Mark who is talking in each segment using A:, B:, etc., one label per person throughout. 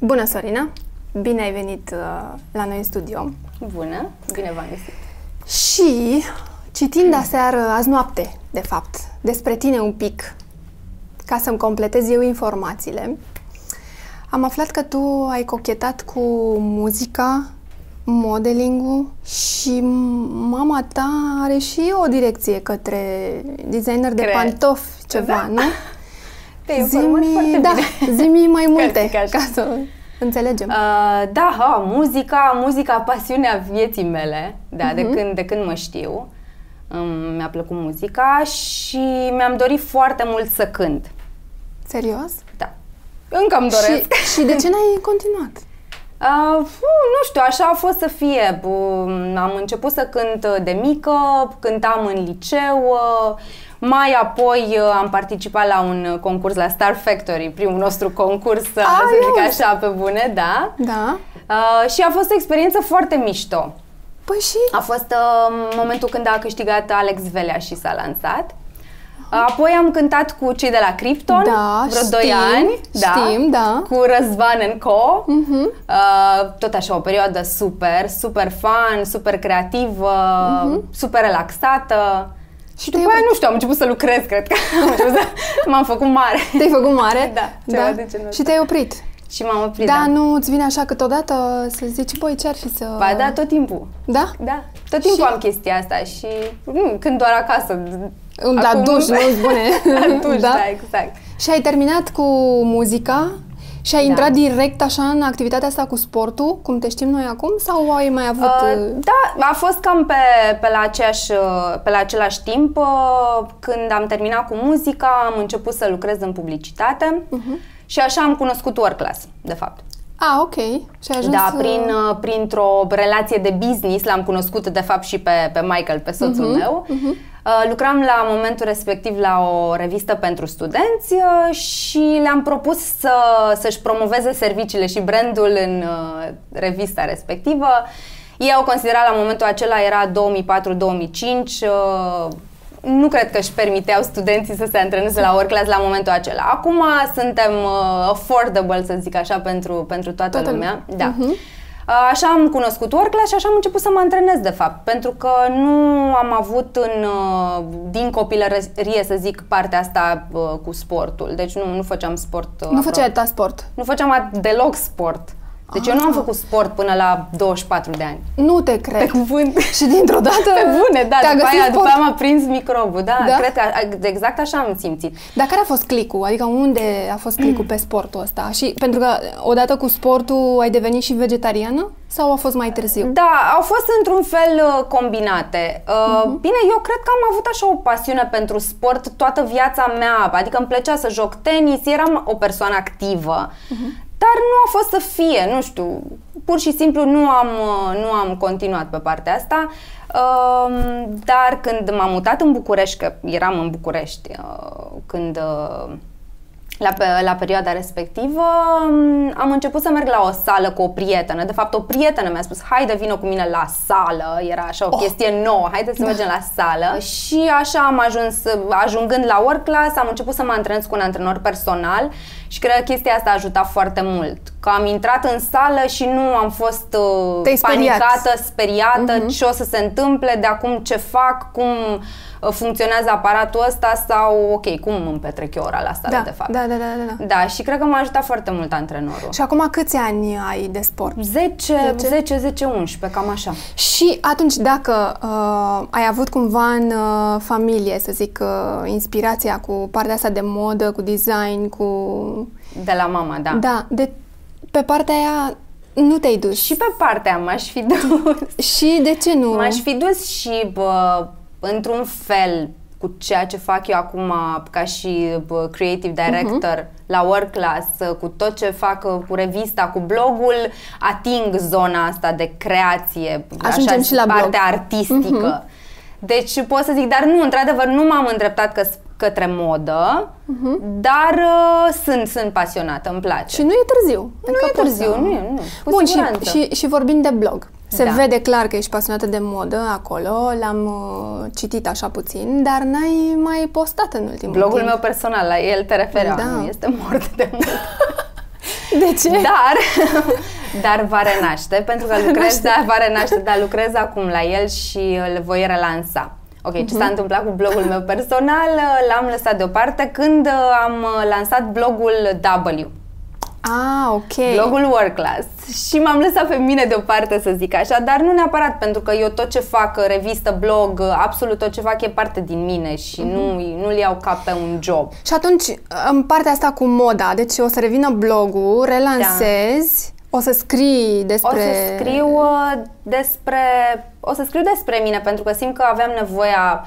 A: Bună, Sorina! Bine ai venit uh, la noi în studio.
B: Bună, bine v-am găsit.
A: Și citind aseară, azi noapte, de fapt, despre tine un pic, ca să-mi completez eu informațiile, am aflat că tu ai cochetat cu muzica, modeling-ul și mama ta are și o direcție către designer de
B: Cred.
A: pantofi, ceva,
B: Da.
A: nu?
B: Te informat foarte
A: da,
B: bine.
A: zimi mai multe,
B: zic așa.
A: ca să înțelegem.
B: Uh, da, ha, muzica, muzica, pasiunea vieții mele, da, de, când, de când mă știu. Um, mi-a plăcut muzica și mi-am dorit foarte mult să cânt.
A: Serios?
B: Da. Încă îmi doresc.
A: Și, și de ce n-ai continuat?
B: Uh, fu, nu știu, așa a fost să fie. Bu- Am început să cânt uh, de mică, cântam în liceu, uh, mai apoi uh, am participat la un uh, concurs la Star Factory, primul nostru concurs, uh,
A: Ah,
B: să zic
A: iauzi!
B: așa, pe bune, da.
A: Da?
B: Uh, și a fost o experiență foarte mișto.
A: Păi și...
B: A fost uh, momentul când a câștigat Alex Velea și s-a lansat. Uh, Apoi am cântat cu cei de la Krypton,
A: Ah. Da,
B: vreo
A: știm,
B: 2 ani,
A: știm, da. Mhm.
B: cu Răzvan and Co. Uh-huh. Uh, tot așa, o perioadă super, super fun, super creativă,
A: Mhm.
B: uh-huh. super relaxată.
A: Și
B: După aia, nu știu, am început să lucrez, cred că am început să, m-am făcut mare
A: Te-ai făcut mare?
B: Da, ceva de genul
A: Și te-ai oprit.
B: și m-am oprit.
A: Da, nu îți vine așa câteodată să zici, băi, ce ar fi să...
B: Ba, da, tot timpul.
A: Da?
B: Da, tot timpul
A: uh, Și-
B: am chestia asta și nu, când doar acasă.
A: Îmi da
B: Acum-
A: duș, nu spune.
B: La duș, da? da, exact.
A: Și ai terminat cu muzica și ai
B: Da.
A: intrat direct așa în activitatea asta cu sportul, cum te știm noi acum, sau ai mai avut...
B: Uh, da, a fost cam pe, pe, la aceeași, uh, pe la același timp. uh, Când am terminat cu muzica, am început să lucrez în publicitate uh-huh. și așa am cunoscut Work Class, de fapt.
A: A, Ah, ok. Și ai ajuns...
B: Da,
A: uh,
B: prin, uh, printr-o relație de business l-am cunoscut, de fapt, și pe, pe Michael, pe soțul uh-huh, meu. Uh-huh. Lucram la momentul respectiv la o revistă pentru studenți uh, și le-am propus să, să-și promoveze serviciile și brandul în uh, revista respectivă. Ei au considerat la momentul acela, era 2004-2005, uh, nu cred că își permiteau studenții să se antreneze la work class la momentul acela. Acum suntem uh, affordable, să zic așa, pentru, pentru toată toată
A: Toată
B: lumea. Da. Uh-huh. Așa am cunoscut WorkLash și așa am început să mă antrenez, de fapt, pentru că nu am avut în, uh, din copilărie, să zic, partea asta uh, cu sportul. Deci nu, nu făceam sport. uh,
A: Nu
B: aproape.
A: făceai ta sport.
B: nu făceam a- deloc sport. Deci
A: Ah.
B: eu nu am făcut sport până la 24 de ani.
A: Nu te cred.
B: cuvânt.
A: Și dintr-o dată...
B: Pe bune, da,
A: te-a
B: după
A: găsit
B: aia, după
A: sportul.
B: aia m-a prins microbul, da,
A: Da?
B: da? cred că a- exact așa am simțit.
A: Dar care a fost clicul? Adică unde a fost clicul pe sportul ăsta? Și pentru că odată cu sportul ai devenit și vegetariană sau a fost mai târziu?
B: Da, au fost într-un fel uh, combinate. Uh, Bine, eu cred că am avut așa o pasiune pentru sport toată viața mea, adică îmi plăcea să joc tenis, eram o persoană activă, dar nu a fost să fie, nu știu, pur și simplu nu am, uh, nu am continuat pe partea asta. Uh, dar când m-am mutat în București, că eram în București, uh, când... uh, la, pe, la perioada respectivă m, am început să merg la o sală cu o prietenă. De fapt, o prietenă mi-a spus, haide, vină cu mine la sală. Era așa o
A: Oh. Păi
B: oh. chestie nouă, haide să da. mergem la sală. Și așa am ajuns, ajungând la work class, am început să mă antrenez cu un antrenor personal și cred că chestia asta a ajutat foarte mult. Că am intrat în sală și nu am fost uh,
A: Te-ai speriat.
B: panicată, speriată,
A: Mhm.
B: ce o să se întâmple, de acum ce fac, cum uh, funcționează aparatul ăsta sau, ok, cum îmi petrec eu ora la sală,
A: da,
B: de fapt.
A: da, da, da, da, da.
B: Da, și cred că m-a ajutat foarte mult antrenorul.
A: Și acum câți ani ai de sport?
B: 10, 10, 10, 11, cam așa.
A: Și atunci, dacă uh, ai avut cumva în uh, familie, să zic, uh, inspirația cu partea asta de modă, cu design, cu...
B: De la mama, da.
A: Da, de pe partea aia nu te-ai dus.
B: Și pe partea m-aș fi dus.
A: Și de ce nu?
B: M-aș fi dus și, bă, într-un fel, cu ceea ce fac eu acum ca și bă, creative director
A: Mhm.
B: uh-huh. la Work Class, cu tot ce fac uh, cu revista, cu blogul, ating zona asta de creație,
A: Ajungem
B: așa,
A: și la blog. Mhm.
B: partea artistică. Uh-huh. Deci pot să zic, dar nu, într-adevăr, nu m-am îndreptat că, către modă, uh-huh. dar uh, sunt, sunt pasionată, îmi place.
A: Mhm. Și nu e târziu.
B: Nu
A: Adică
B: e
A: poți
B: târziu,
A: să-
B: nu e, nu. Cu
A: Bun, și,
B: siguranță.
A: și, și vorbind de blog, se da.
B: Da.
A: vede clar că ești pasionată de modă acolo, l-am uh, citit așa puțin, dar n-ai mai postat în ultimul
B: Blogul
A: timp.
B: meu personal, la el te refeream,
A: Da.
B: da. este mort de mult.
A: De ce?
B: Dar, dar va renaște, pentru că lucrez, da, va renaște, dar lucrez acum la el și îl voi relansa. Ok, ce s-a întâmplat cu blogul meu personal l-am lăsat deoparte când uh, am lansat blogul W.
A: Ah, ok.
B: Blogul Work Class și m-am lăsat pe mine deoparte să zic așa, dar nu neapărat pentru că eu tot ce fac, revistă, blog, absolut tot ce fac e parte din mine și nu, nu-l iau ca pe un job.
A: Și atunci, în partea asta cu moda, deci o să revină blogul, relansezi, o să scrii despre...
B: Da. O să scriu uh, despre o să scriu despre mine pentru că simt că aveam nevoia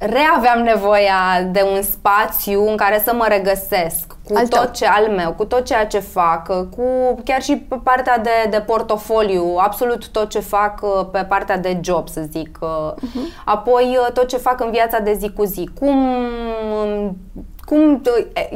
B: reaveam nevoia de un spațiu în care să mă regăsesc cu
A: Al
B: al
A: tău.
B: tot ce al meu, cu tot ceea ce fac, uh, cu chiar și pe partea de, de portofoliu, absolut tot ce fac uh, pe partea de job, să zic.
A: Mhm.
B: Uh-huh. Apoi uh, tot ce fac în viața de zi cu zi. Cum cum,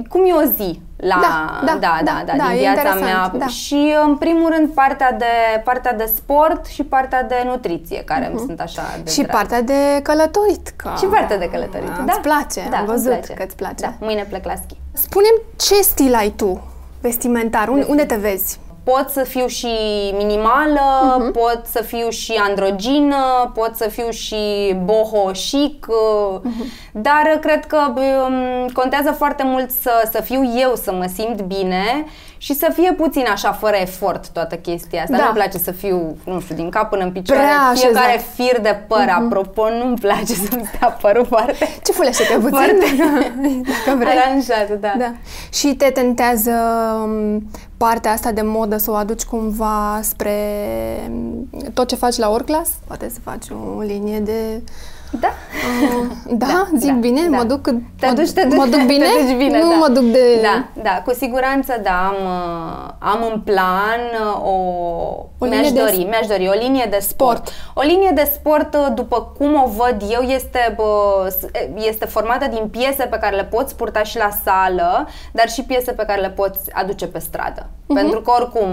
B: cum e o zi la
A: Da, da,
B: da, da,
A: da, da, e
B: din viața
A: interesant,
B: mea
A: da.
B: și în primul rând partea de partea de sport și partea de nutriție care îmi sunt așa de
A: Mhm. Și
B: dragi.
A: partea de călătorit. Că...
B: Și partea de călătorit.
A: Da,
B: Da,
A: îți place,
B: da,
A: am văzut
B: îmi place.
A: că îți place.
B: Da, mâine plec la schi.
A: Spune-mi ce stil ai tu vestimentar, unde, unde te vezi?
B: Pot să fiu și minimală,
A: Mhm.
B: uh-huh. pot să fiu și androgină, pot să fiu și boho chic,
A: Mhm.
B: uh-huh. dar cred că um, contează foarte mult să, să fiu eu, să mă simt bine și să fie puțin așa, fără efort, toată chestia asta.
A: Da.
B: Nu-mi place să fiu, nu știu, din cap până în picioare,
A: Prea exact. Mhm. așezat.
B: fiecare fir de păr, uh-huh. apropo, nu-mi place să-mi stea părul foarte
A: Ce fulește-te puțin,
B: Foarte.
A: dacă vrei.
B: aranjat, da.
A: Da. Și te tentează m, partea asta de modă să o aduci cumva spre m, tot ce faci la Orclass? Poate să faci o linie de...
B: da.
A: Uh, da, da, zic da, bine, da. mă duc cât-
B: Te
A: mă,
B: duci, te duci,
A: mă duc bine?
B: Te duci bine
A: nu
B: da.
A: mă duc de...
B: Da, da, cu siguranță, da, am, uh, am în plan uh, o...
A: O
B: o
A: linie
B: mi-aș
A: de
B: dori, mi-aș dori o linie de sport.
A: Sport.
B: O linie de sport, uh, după cum o văd eu, este, bă, s- e, este formată din piese pe care le poți purta și la sală, dar și piese pe care le poți aduce pe stradă.
A: Mhm.
B: Uh-huh. Pentru că, oricum,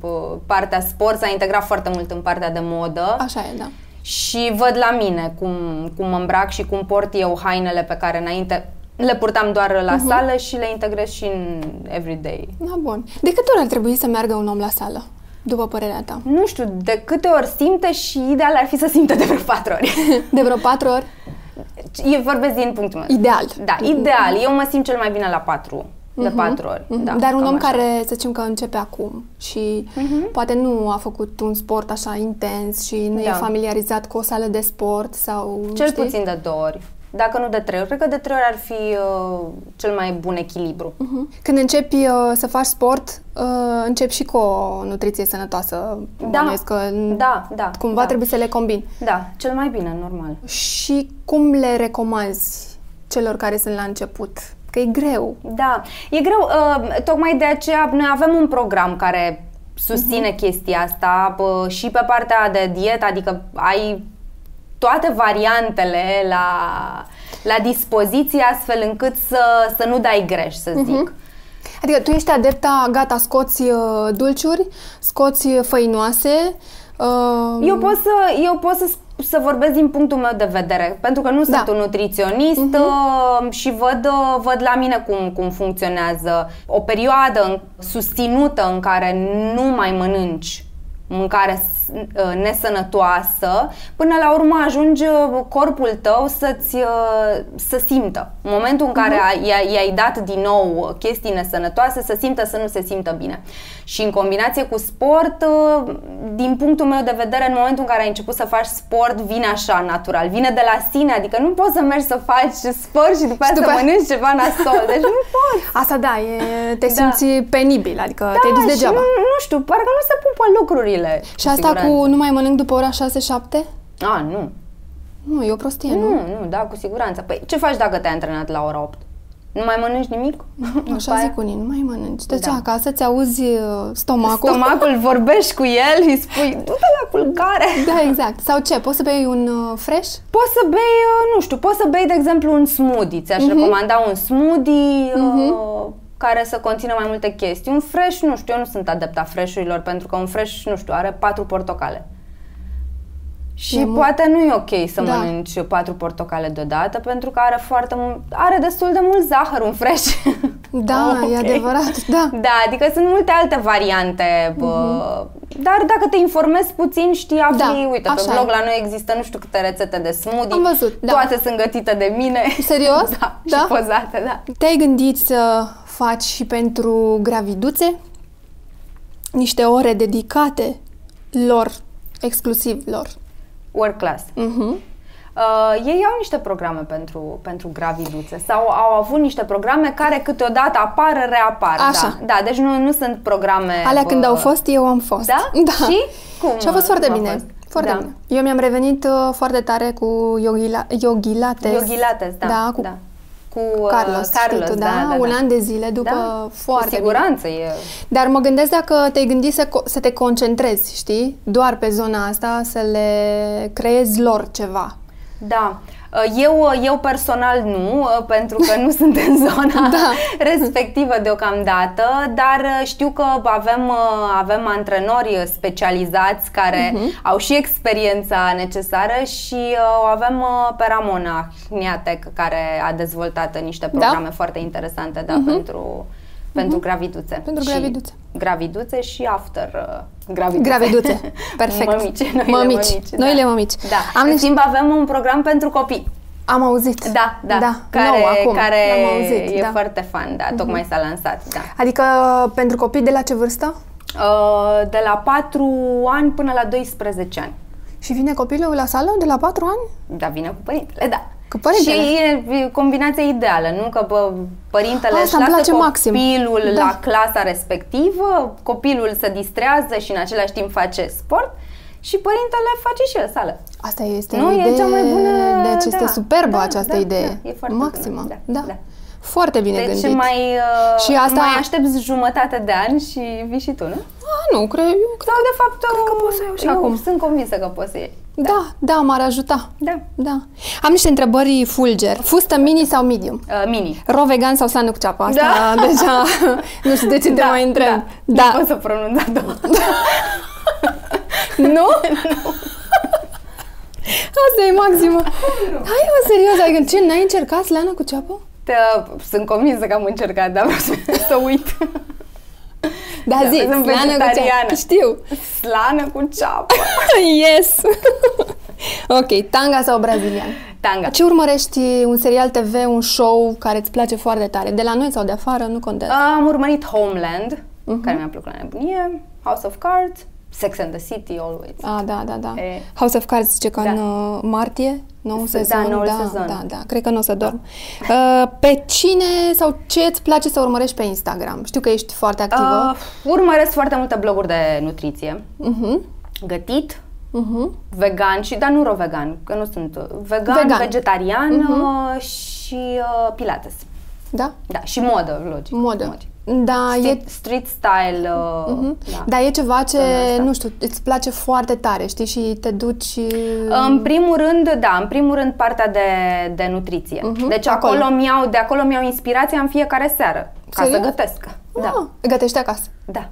B: bă, partea sport s-a integrat foarte mult în partea de modă.
A: Așa e, da.
B: Și văd la mine cum, cum mă îmbrac și cum port eu hainele pe care înainte le purtam doar
A: Mhm.
B: la uh-huh. sală și le integrez și în everyday.
A: Da, bun. De câte ori ar trebui să meargă un om la sală, după părerea ta?
B: Nu știu, de câte ori simte și ideal ar fi să simte de vreo patru ori.
A: De vreo patru ori?
B: Eu vorbesc din punctul meu.
A: Ideal.
B: Da, ideal. Eu mă simt cel mai bine la patru, de patru ori.
A: Mhm.
B: Da,
A: Dar un
B: cam
A: om
B: așa. Mhm.
A: care, să zicem că începe acum și poate nu a făcut un sport așa intens și nu e
B: Da.
A: familiarizat cu o sală de sport sau...
B: Cel
A: știi?
B: puțin de două ori. Dacă nu de trei ori, cred că de trei ori ar fi uh, cel mai bun echilibru.
A: Mhm. Când începi uh, să faci sport, uh, începi și cu o nutriție sănătoasă. Bănuiesc Că
B: da, da.
A: Mm. Cumva
B: da.
A: trebuie să le combini.
B: Da, cel mai bine, normal.
A: Și cum le recomanzi celor care sunt la început? Că e greu.
B: Da, e greu. Uh, tocmai de aceea noi avem un program care susține chestia asta bă, și pe partea de dietă, adică ai toate variantele la, la dispoziție astfel încât să, să nu dai greș, să zic.
A: Adică tu ești adepta, gata, scoți uh, dulciuri, scoți făinoase. Uh,
B: Eu pot să, eu pot să, sp- să vorbesc din punctul meu de vedere, pentru că nu
A: Da.
B: sunt un nutriționist uh, și văd, uh, văd la mine cum, cum funcționează o perioadă în- susținută în care nu mai mănânci mâncare s- uh, nesănătoasă, până la urmă ajunge uh, corpul tău să-ți uh, să simtă. În momentul în
A: Mhm.
B: care a- i-ai- i-ai dat din nou chestii nesănătoase, să simtă, să nu se simtă bine. Și în combinație cu sport, uh, din punctul meu de vedere, în momentul în care ai început să faci sport, vine așa, natural, vine de la sine, adică nu poți să mergi să faci sport și după
A: Și
B: aia să
A: după aia-
B: mănânci ceva nasol, deci nu poți.
A: Asta da, e, te
B: Da.
A: simți penibil, adică
B: Da,
A: te-ai dus
B: și
A: degeaba.
B: nu, nu știu, parcă nu se pupă lucrurile.
A: Și asta cu nu mai mănânc după ora 6-7?
B: A, nu.
A: Nu, e o prostie, nu?
B: Nu, nu, da, cu siguranță. Păi ce faci dacă te-ai antrenat la ora 8? Nu mai mănânci nimic? După
A: Așa
B: aia
A: zic unii, nu mai mănânci. Deci
B: Da.
A: acasă ți auzi uh, stomacul.
B: Stomacul, vorbești cu el, îi spui, du-te la culcare.
A: Da, exact. Sau ce? Poți să bei un uh, fresh?
B: Poți să bei, uh, nu știu, poți să bei, de exemplu, un smoothie. Ți-aș recomanda un smoothie uh, care să conțină mai multe chestii. Un fresh, nu știu, eu nu sunt adepta fresh-urilor, pentru că un fresh, nu știu, are patru portocale. Și
A: E mult.
B: poate nu e ok să
A: Da.
B: da. mănânci patru portocale deodată, pentru că are foarte mult, are destul de mult zahăr un fresh.
A: Da,
B: Oh,
A: okay. e
B: ok.
A: adevărat, da.
B: Da, adică sunt multe alte variante, bă, dar dacă te informezi puțin știi, afli,
A: Mhm. Da,
B: uite, pe
A: așa
B: blog
A: e.
B: la noi există nu știu câte rețete de smoothie.
A: Am văzut, da.
B: Toate sunt gătite de mine.
A: Serios?
B: da,
A: Da?
B: și pozate, da.
A: Te-ai gândit să faci și pentru graviduțe niște ore dedicate lor, exclusiv lor?
B: Work class.
A: Mhm.
B: Uh, ei au niște programe pentru, pentru graviduțe sau au avut niște programe care câteodată apar, reapar.
A: Așa.
B: Da, da deci nu, nu sunt programe...
A: Alea când
B: bă,
A: au fost, eu am fost.
B: Da?
A: Da.
B: Și cum,
A: Și a fost foarte
B: cum a
A: bine.
B: fost?
A: Foarte
B: Da.
A: bine. Eu mi-am revenit uh, foarte tare cu yogila, yogilates.
B: Yogi Lattes, da.
A: Da, cu
B: da. cu uh,
A: Carlos, știi
B: Carlos
A: tu,
B: da, da, da,
A: un an de zile după
B: da?
A: foarte
B: Cu siguranță e...
A: bine. Dar mă gândesc dacă te-ai gândit să, co- să te concentrezi, știi? Doar pe zona asta, să le creezi lor ceva.
B: Da. Eu, eu personal nu, uh, pentru că nu sunt în zona da. respectivă deocamdată, dar uh, știu că avem, uh, avem antrenori specializați care
A: Mhm.
B: uh-huh. au și experiența necesară și uh, o avem uh, pe Ramona Hniatec care a dezvoltat niște
A: Da.
B: programe foarte interesante da, uh-huh. pentru, pentru graviduțe.
A: Mhm. Pentru
B: Și
A: graviduțe.
B: Graviduțe și after uh, graviduțe.
A: Graviduțe. Perfect.
B: Mămici, noile
A: Mămici.
B: mămici, da.
A: Noile mămici.
B: Da.
A: Am
B: Am în
A: niște-
B: timp avem un program pentru copii.
A: Am auzit.
B: Da, da,
A: da.
B: care,
A: nou acum.
B: care
A: Am auzit,
B: e
A: da.
B: foarte fan, da, tocmai s-a lansat, da.
A: Adică pentru copii de la ce vârstă?
B: Uh, De la 4 ani până la 12 ani.
A: Și vine copilul la sală de la 4 ani?
B: Da, vine cu părintele, da.
A: Cu părintele.
B: Și e e combinația ideală, nu? Că bă, părintele
A: Ah, Asta
B: își
A: îmi
B: lasă
A: place maxim.
B: copilul
A: Da.
B: la clasa respectivă, copilul se distrează și în același timp face sport și părintele face și el sală.
A: Asta este
B: Nu,
A: o
B: e
A: idee
B: cea mai bună-
A: Deci este
B: da,
A: superbă
B: da,
A: această
B: da,
A: idee.
B: da, e foarte
A: Maximă.
B: bună, da,
A: Da,
B: da.
A: Foarte bine
B: Deci
A: gândit.
B: mai, uh,
A: Și asta-
B: mai aștepți jumătate de ani și vii și tu, nu?
A: A, nu, cred, eu cred.
B: Sau de fapt cred că poți să iei
A: și acum.
B: sunt convinsă că poți să iei.
A: Da, da, m-ar ajuta.
B: Da.
A: Da. Am niște întrebări fulger. Fustă mini sau medium?
B: Uh, mini.
A: Ro vegan sau sanu cu ceapă? Asta
B: Da.
A: deja nu știu de ce te mai întreb.
B: Da. Nu pot să pronunț a doua.
A: Nu? Asta e maximă. Hai mă, serios, adică ce, n-ai încercat slana cu ceapă?
B: Te, uh, sunt convinsă că am încercat, dar vreau să, să uit.
A: Da,
B: Da,
A: zi,
B: sunt
A: slana cu
B: vegetariană.
A: ceapă. Știu.
B: Slană cu ceapă.
A: Yes! ok, tanga sau brazilian?
B: Tanga. Uh,
A: Ce urmărești? Un serial TV, un show care îți place foarte tare? De la noi sau de afară? Nu contează.
B: Am urmărit Homeland, care mi-a plăcut la nebunie, House of Cards, Sex and the City, Always.
A: Ah, da, da, da.
B: E.
A: House of Cards zice că
B: Da.
A: în uh, martie, nou
B: S- da,
A: sezon.
B: noul
A: da,
B: sezon.
A: da, da, cred că nu o să dorm. Uh, pe cine sau ce îți place să urmărești pe Instagram? Știu că ești foarte activă.
B: Uh, urmăresc foarte multe bloguri de nutriție.
A: Uh-huh.
B: Gătit,
A: Uh-huh.
B: vegan și, dar nu rovegan, că nu sunt uh, vegan,
A: Vegan. Mhm.
B: vegetarian uh, și uh, pilates.
A: Da?
B: Da, și modă, logic.
A: Modă. Da, e... Mhm.
B: Street, street style, uh, da.
A: Dar e ceva ce,
B: Zona asta.
A: nu știu, îți place foarte tare, știi, și te duci... și-
B: În primul rând, da, în primul rând partea de, de nutriție.
A: Mhm,
B: Deci
A: acolo.
B: acolo mi-au, de acolo mi-au inspirația în fiecare seară, ca
A: Serios?
B: să gătesc. Da,
A: Ah, gătești acasă.
B: da.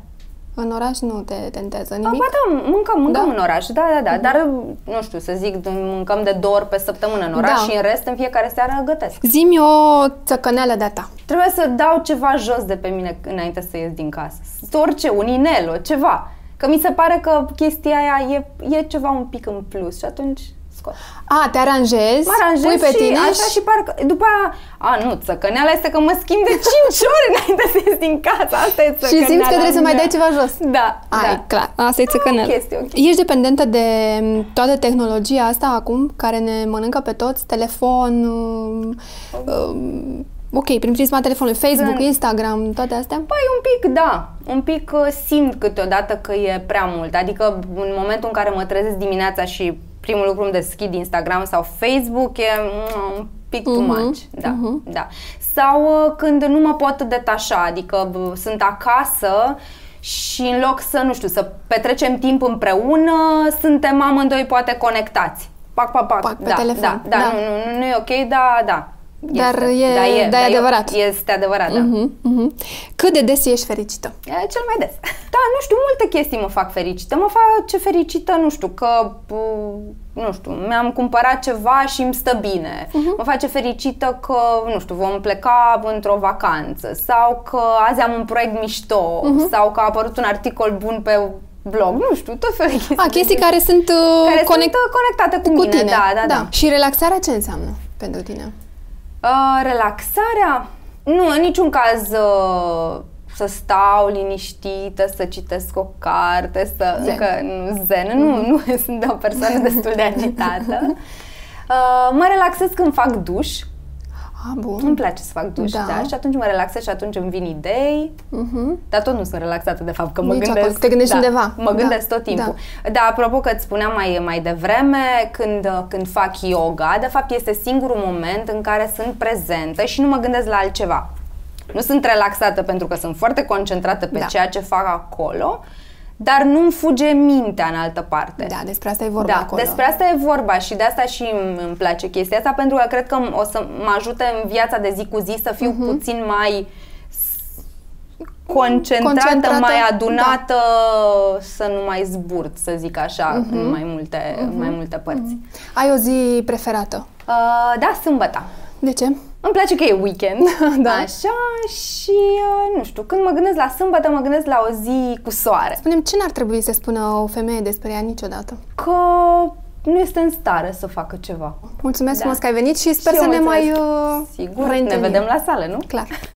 A: În oraș nu te tentează
B: Ba
A: nimic?
B: da, mâncăm, mâncăm
A: Da.
B: în oraș, da, da, da, dar nu știu să zic, mâncăm de două ori pe săptămână în oraș
A: Da.
B: și în rest în fiecare seară gătesc.
A: Zi-mi o țăcăneală de-a ta.
B: Trebuie să dau ceva jos de pe mine înainte să ies din casă. Orice, un inel, o ceva. Că mi se pare că chestia aia e, e ceva un pic în plus și atunci scot.
A: A, te aranjezi,
B: Mă aranjez
A: pui pe
B: și
A: tine
B: așa și parcă după aia, a, nu, țăcăneala este că mă schimb de 5 ori înainte să ies din casă. Asta e
A: și
B: țăcăneala
A: simți că trebuie să mai
B: mea.
A: dai ceva jos.
B: Da,
A: Ai,
B: da.
A: clar, asta e țăcăneală.
B: chestie, o chestie.
A: Ești dependentă de m, toată tehnologia asta acum, care ne mănâncă pe toți, telefon, um, um, ok, prin prisma telefonului, Facebook,
B: Sunt.
A: Instagram, toate astea?
B: Păi un pic, da. Un pic uh, simt câteodată că e prea mult. Adică în momentul în care mă trezesc dimineața și primul lucru îmi deschid Instagram sau Facebook e mm, un pic too
A: Mhm,
B: much. Da, da. Sau uh, când nu mă pot detașa, adică b- sunt acasă și în loc să, nu știu, să petrecem timp împreună, suntem amândoi poate conectați. Pac, pac, pac.
A: Pac, pe
B: da,
A: telefon,
B: Da, da,
A: da.
B: Nu, nu, nu e ok, da, da.
A: Dar e-
B: da, e,
A: dar e
B: da,
A: adevărat.
B: Este adevărat, da.
A: Mhm, mhm. Cât de des ești fericită?
B: E, Cel mai des. Da, nu știu, multe chestii mă fac fericită. Mă face fericită, nu știu, că, uh, nu știu, mi-am cumpărat ceva și îmi stă bine. Mă face fericită că, nu știu, vom pleca într-o vacanță sau că azi am un proiect mișto sau că a apărut un articol bun pe blog, nu știu, tot felul de Ah, chestii.
A: A, chestii care sunt uh,
B: care
A: conect-
B: sunt uh, conectate cu,
A: cu
B: mine.
A: tine.
B: Da, da, da.
A: Și relaxarea ce înseamnă pentru tine?
B: Uh, relaxarea? Nu, în niciun caz uh, să stau liniștită, să citesc o carte, să...
A: Zen.
B: Încă nu, zen, nu, nu, sunt o persoană destul de agitată. Uh, mă relaxez când fac duș.
A: A, bun.
B: Îmi place să fac duș,
A: Da.
B: da. da? Și atunci mă relaxez și atunci îmi vin idei.
A: Mhm.
B: Dar tot nu sunt relaxată de fapt, că mă
A: Nici
B: gândesc...
A: acolo. Te gândești
B: da,
A: undeva.
B: Mă
A: Da,
B: gândesc tot timpul. Da. Dar apropo că îți spuneam mai, mai devreme, când, când fac yoga, de fapt este singurul moment în care sunt prezentă și nu mă gândesc la altceva. Nu sunt relaxată pentru că sunt foarte concentrată pe
A: Da.
B: da. ceea ce fac acolo, dar nu-mi fuge mintea în altă parte.
A: Da, despre asta e vorba
B: da,
A: acolo.
B: despre asta e vorba și de asta și îmi, îmi place chestia asta pentru că cred că o să mă ajute în viața de zi cu zi să fiu
A: Mhm.
B: puțin mai s- concentrată,
A: Concentrată, da.
B: mai adunată, să nu mai zburt, să zic așa,
A: Mhm.
B: în mai multe, în mai multe părți.
A: Ai o zi preferată.
B: Uh, da, sâmbăta.
A: De ce?
B: Îmi place că e weekend,
A: Da.
B: așa, și uh, nu știu, când mă gândesc la sâmbătă, mă gândesc la o zi cu soare.
A: Spunem ce n-ar trebui să spună o femeie despre ea niciodată.
B: Că nu este în stare să facă ceva.
A: Mulțumesc
B: Da.
A: frumos că ai venit și sper
B: Și
A: să
B: eu
A: ne mai
B: mulțumesc.
A: uh,
B: Sigur, ne
A: reîntâlnim.
B: vedem la sală, nu?
A: Clar.